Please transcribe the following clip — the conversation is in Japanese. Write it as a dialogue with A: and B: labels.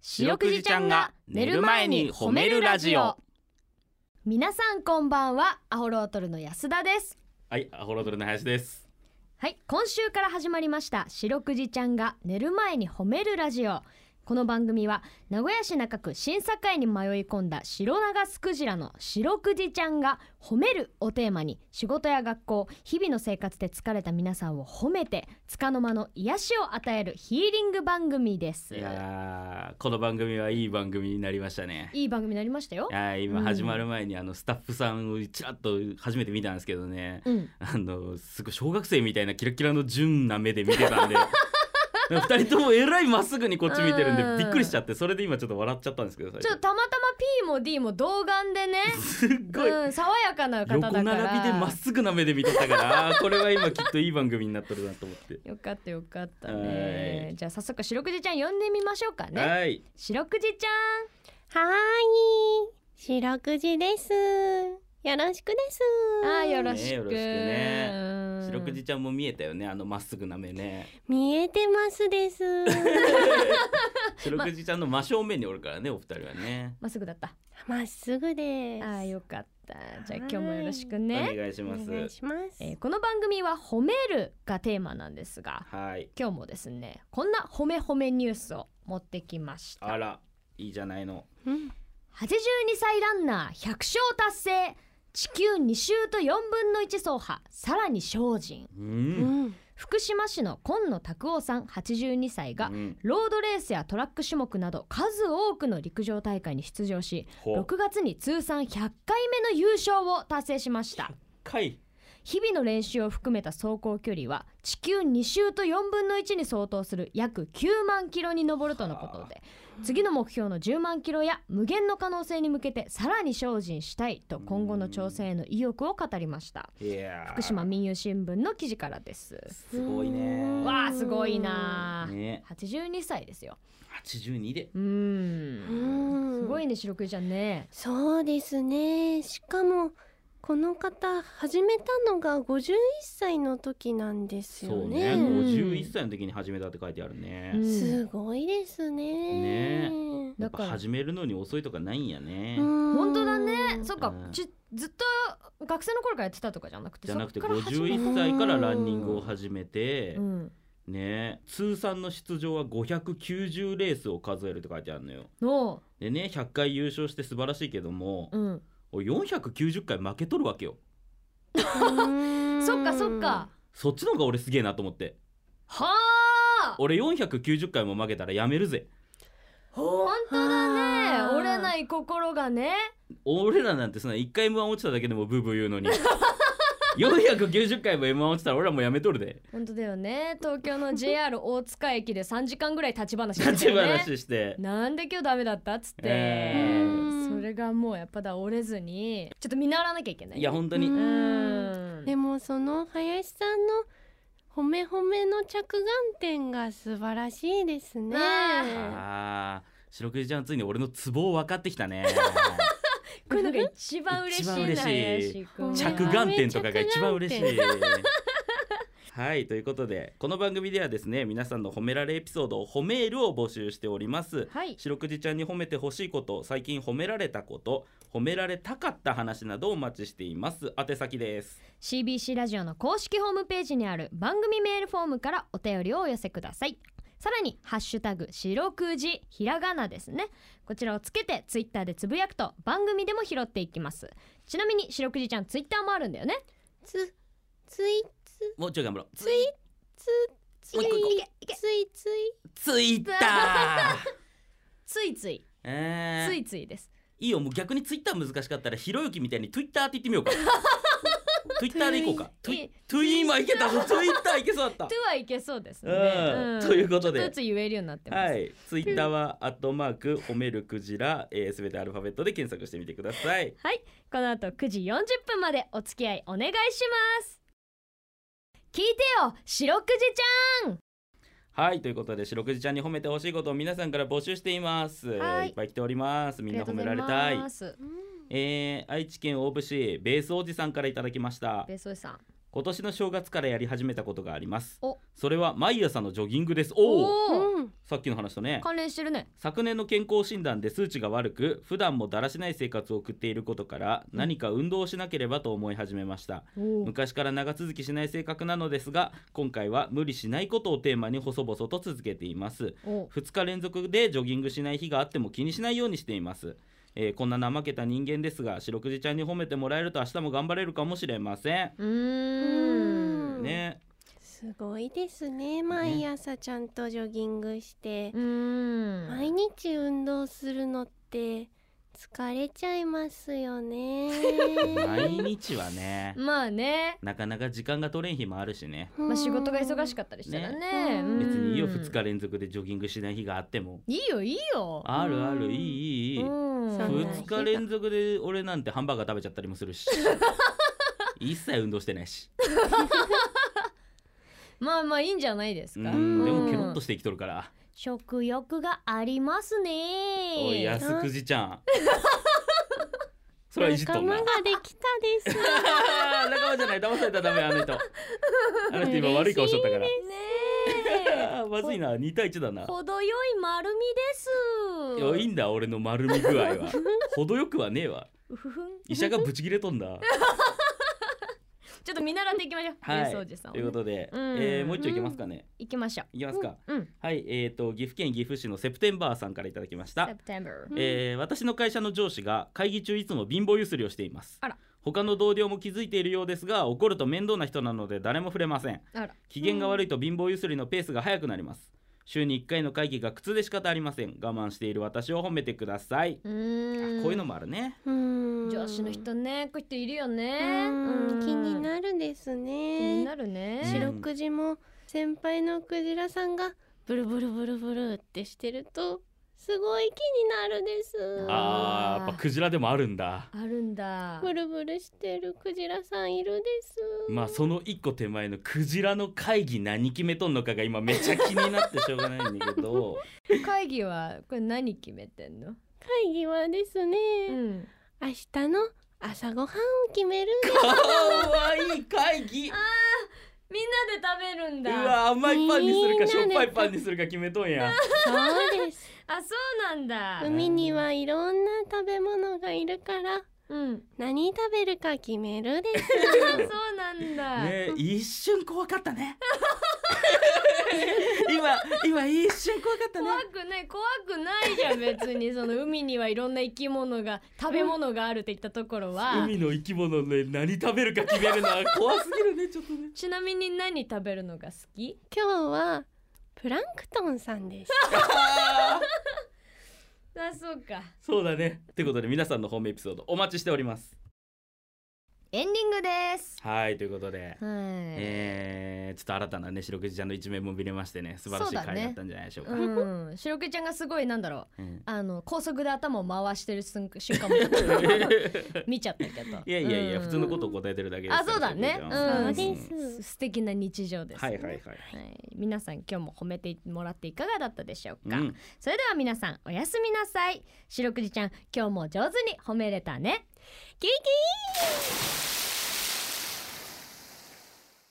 A: 白くじちゃんが寝る前に褒めるラジオ
B: 皆さんこんばんはアホロートルの安田です
A: はいアホロドルの林です
B: はい今週から始まりました白くじちゃんが寝る前に褒めるラジオこの番組は名古屋市中区審査会に迷い込んだ白長スクジラの白くじちゃんが褒めるをテーマに仕事や学校日々の生活で疲れた皆さんを褒めて束の間の癒しを与えるヒーリング番組です
A: い
B: い
A: やーこの番組はいい番組になりましたね
B: い番組になりましたよ
A: いやー
B: う
A: 今
B: ん
A: 始まる前にあのスタッフさんをちらっと初めて見たんですけどね
B: うん
A: あのすごい小学生みたいなキラキラの純な目で見てたんで なんか二人ともえらいまっすぐにこっち見てるん
B: うん
A: でびっくりしちゃってそれで今ちょっと笑っちゃったんですけど最
B: ちょっ
A: 初
B: とたまたま P も D も童顔でね
A: すっごい
B: うん、爽やかな方だか
A: 横
B: ら
A: 並びでまっすぐな目で見てたからあーこれは今きっといい番組になってるなと思って。
B: よかったよかった
A: は
B: ね
A: い
B: じゃあ早速白くじちゃん呼んでみましょうかね
A: はい
B: 白くじちゃ
C: はーい、白くじです。よろしくです。
B: んあーよろしく,、
A: ねよろしくね
B: うん
A: 白くじちゃんも見えたよねあのまっすぐな目ね
C: 見えてます です。
A: 白くじちゃんの真正面におるからねお二人はね
B: まっすぐだった
C: まっすぐ
B: あ
C: です。
B: ーよかったじゃあ今日もよろしく
A: お
B: ね、
A: 願いし
C: お
A: ます
C: 願いします。
B: えーこの番組は褒めるがテーマなんですが
A: はい
B: 今日もですねこんな褒め褒めニュースを持ってきました
A: あらいいじゃないの
C: うん、
B: 82歳ランナー100勝達成地球2周と4分の1走破さらに精進
A: う
C: うんん、
B: 福島市の今野拓夫さん82歳が
A: うん
B: ロードレースやトラック種目など数多くの陸上大会に出場し
A: ほう
B: 6月に通算100回目の優勝を達成しました
A: かい
B: 日々の練習を含めた走行距離は地球2周と4分の1に相当する約9万キロに上るとのことで次の目標の10万キロや無限の可能性に向けてさらに精進したいと今後の挑戦への意欲を語りました
A: いやー
B: 福島民友新聞の記事からです
A: すごいね
B: わあすごいなあ
A: ね
B: 82歳ですよ
A: 82で
B: うーん
C: うん、
B: すごい。ね白くじちゃんね
C: そうですね。しかも。この方始めたのが51歳の時なんです
A: そ
C: よ
A: うね
C: ね。
B: ん
A: 51歳の時に始めたって書いてあるね
B: うん
C: すごいですね。
A: ねやっぱ始めるのに遅いとかないんやね
C: うん
B: 本当だねそっか
A: うん
B: ちずっと学生の頃からやってたとかじゃなくて
A: じゃなくて
B: そっから始め
A: 51歳からランニングを始めて、
B: うん
A: ね通算の出場は590レースを数えるって書いてあるのよ
B: の
A: でね100回優勝して素晴らしいけども、
B: うん
A: おい490回負けとるわけよ
C: うん
B: そっかそっか。
A: そっちの方が俺すげえなと思って
B: はあ
A: 俺490回も負けたらやめるぜ
B: 本当だ
C: は
B: ね
C: あ
B: 折れない心がね
A: 俺らなんてそんな1回 M1 落ちただけでもブーブー言うのに490回も M1 落ちたら俺らもうやめとるで
B: 本当だよね東京の JR 大塚駅で3時間ぐらい立ち話して
A: 立
B: た
A: ち
B: よね
A: 話して、
B: なんで今日ダメだったっつって、
A: え
C: ー
B: それがもうやっぱだ折れずにちょっと見習わなきゃいけない
A: いや本当に、
C: うん
B: うん
C: でもその林さんの褒め褒めの着眼点が素晴らしいです
B: ね
C: ね。
A: ああ白くじちゃんついに俺のツボを分かってきたね
B: こういうのが一番嬉しいな
A: 一番嬉し
B: 林
A: い
B: くんは
A: 着眼点とかが一番嬉しい。はいということでこの番組ではですね皆さんの褒められエピソード褒めールを募集しております。
B: はい
A: 白くじちゃんに褒めてほしいこと最近褒められたこと褒められたかった話などお待ちしています宛先です
B: CBC ラジオの公式ホームページにある番組メールフォームからお便りをお寄せくださいさらに「ハッシュタグ白くじひらがな」ですねこちらをつけてツイッターでつぶやくと番組でも拾っていきますちなみに白くじちゃんツイッターもあるんだよね
C: つつい
A: もうちょい頑張ろうツ
C: ついつつい
A: もう一個いこう
C: ついつい
A: ツイッター
B: ついつい
A: え
B: つ
A: ー、
B: いついです
A: いいよもう逆にツイッター難しかったらひろゆきみたいにツイッターって言ってみ ようかツイッターでいこうかツ
B: ツ
A: イ
B: イ
A: ツイ今いけたツイッターいけそうだった
B: 「と」はいけそうですね、
A: うん
B: ん
A: ということで
B: ちょっずつ言えるようになってます、
A: はい、ツイッターはアットマーク褒めるクジラ、えー、すべてアルファベットで検索してみてください。
B: はい、この後9時40分までお付き合いお願いします。聞いてよ、白くじち
A: はい、ということで、白くじちゃんに褒めてほしいことを皆さんから募集しています。
B: はい
A: っぱい来ております。
B: ゃん。
A: みんな褒められたい。
B: ありがとうござます
A: えー愛知県大府市ベースおじさんからいただきました
B: ベースおじさん。
A: 今年の正月からやり始めたことがあります
B: お
A: それは毎朝のジョギングですおお
B: おー
C: うん
A: さっきの話とね
B: 関連してるね
A: 昨年の健康診断で数値が悪く普段もだらしない生活を送っていることから
B: ん
A: 何か運動をしなければと思い始めました
B: お
A: 昔から長続きしない性格なのですが今回は無理しないことをテーマに細々と続けています
B: お
A: 2日連続でジョギングしない日があっても気にしないようにしています、えーこんな怠けた人間ですが白くじちゃんに褒めてもらえると明日も頑張れるかもしれません
B: うーん
C: うん
A: ね
C: すごいですね毎朝ちゃんとジョギングして、
B: うーん
C: 毎日運動するのって疲れちゃいますよね
A: 毎日はね
B: まあね、
A: なかなか時間が取れん日もあるしね
B: まあ、仕事が忙し
C: く
B: かったりしたらね
C: ね
B: うん
A: 別にいいよ2日連続でジョギングしない日があっても
B: いいよいいよ
A: あるあ
C: う
A: る
C: ん
A: いいいいいい
B: うん
C: そうなんだ
A: 2日連続で俺なんてハンバーガー食べちゃったりも するし一切運動してないし、
B: まあまあいいんじゃないです
A: う
B: か、
A: ん、でもケロッ
B: う
A: と
B: ん
A: して生きとるから、
B: 食欲がありますね
A: おい安くじち ゃんそれはいじっと
C: 仲
A: んな
C: 間ができたです
A: 仲間じゃない騙されたらダメあの人あの人今悪い顔しと ったから
B: ね
A: あーまずいな2対1だ
B: え
A: な
B: 程よい丸みです
A: いやいいんだ俺の丸み具合は程よくはねえわ
B: うふふん
A: 医者がブチ切れ とんだ
B: ちょっと見習っていきましょう
A: はい
B: ベースおじさんを
A: ということで、
B: うん
A: えーもう一丁いけますかね、
B: 行きましょう
A: いきますか、
B: うん
A: はいえーと岐阜県岐阜市のセプテンバーさんからいただきました
B: セプテンバー
A: えー私の会社の上司が会議中いつも貧乏ゆすりをしています
B: あら
A: 他の同僚も気づいているようですが怒ると面倒な人なので誰も触れません
B: あら
A: 機嫌が悪いと貧乏ゆすりのペースが速くなります週に1回の会議が苦痛で仕方ありません我慢している私を褒めてください、
B: う
A: あ
B: ーん
A: こういうのもあるね
C: うん
B: 上司の人ねこういう人いるよ
C: う
B: ねう
C: ん
B: ん
C: 気になるで
B: 気
C: す
B: に
C: ね
B: なるね
A: 白
C: 白くじも先輩のクジラさんがブルブルブルブルってしてるとすごい気になるです
A: あ
B: あー
A: ーやっぱクジラでもあるんだ
B: あるんだ
C: ブルブルしてるクジラさんいるです
A: まあその一個手前のクジラの会議何決めとんのかが今めっちゃ気になってしょうがないんだけど
B: 会議はこれ何決めてんの
C: 会議はですね、
B: うん
C: 明日の朝ごはんを決めるんで
A: かわいい会議
B: みんなで食べるん
A: う
B: だ
A: わ甘いパンにするか
C: みんなで
A: しょっぱいパンにするか決めと んや
C: すそうです
B: あそうなんだ
C: 海にはいろんな食べ物がいるから
B: うん
C: 何食べるか決めるです
B: あ そうなんだ、
A: ね一瞬怖かったね 今今一瞬怖かったね
B: 怖くない怖くないじゃん別 にその海にはいろんな生き物が食べ物があるって言ったところは
A: 海の生き物で何食べるか決めるのは怖すぎるねちょっとね
B: ちなみに何食べるのが好き
C: 今日はプランクトンさんです
A: あー
B: あそうか
A: そうだねってことで皆さんのホームエピソードお待ちしております
B: エンディングです
A: はいということで、
B: はい、
A: えー、ちょっと新たなね白くじちゃんの一面も見れましてね素晴らしい
B: そうだ
A: 回
B: ね
A: だったんじゃないでしょうか
B: うん、白毛ちゃんがすごいなんだろう
A: うん
B: あの高速で頭を回してる瞬間も 見ちゃったけど
A: いやいやいや、
B: うん
A: 普通のことを答えてるだけですから
B: あそうだね
A: 白くじちゃんは
B: うん
C: そうです
B: す素敵な日常です、
A: はいはいはい
B: はい皆さん今日も褒めてもらっていかがだったでしょうか、
A: うん
B: それでは皆さんおやすみなさい白くじちゃん今日も上手に褒めれたね
C: キキ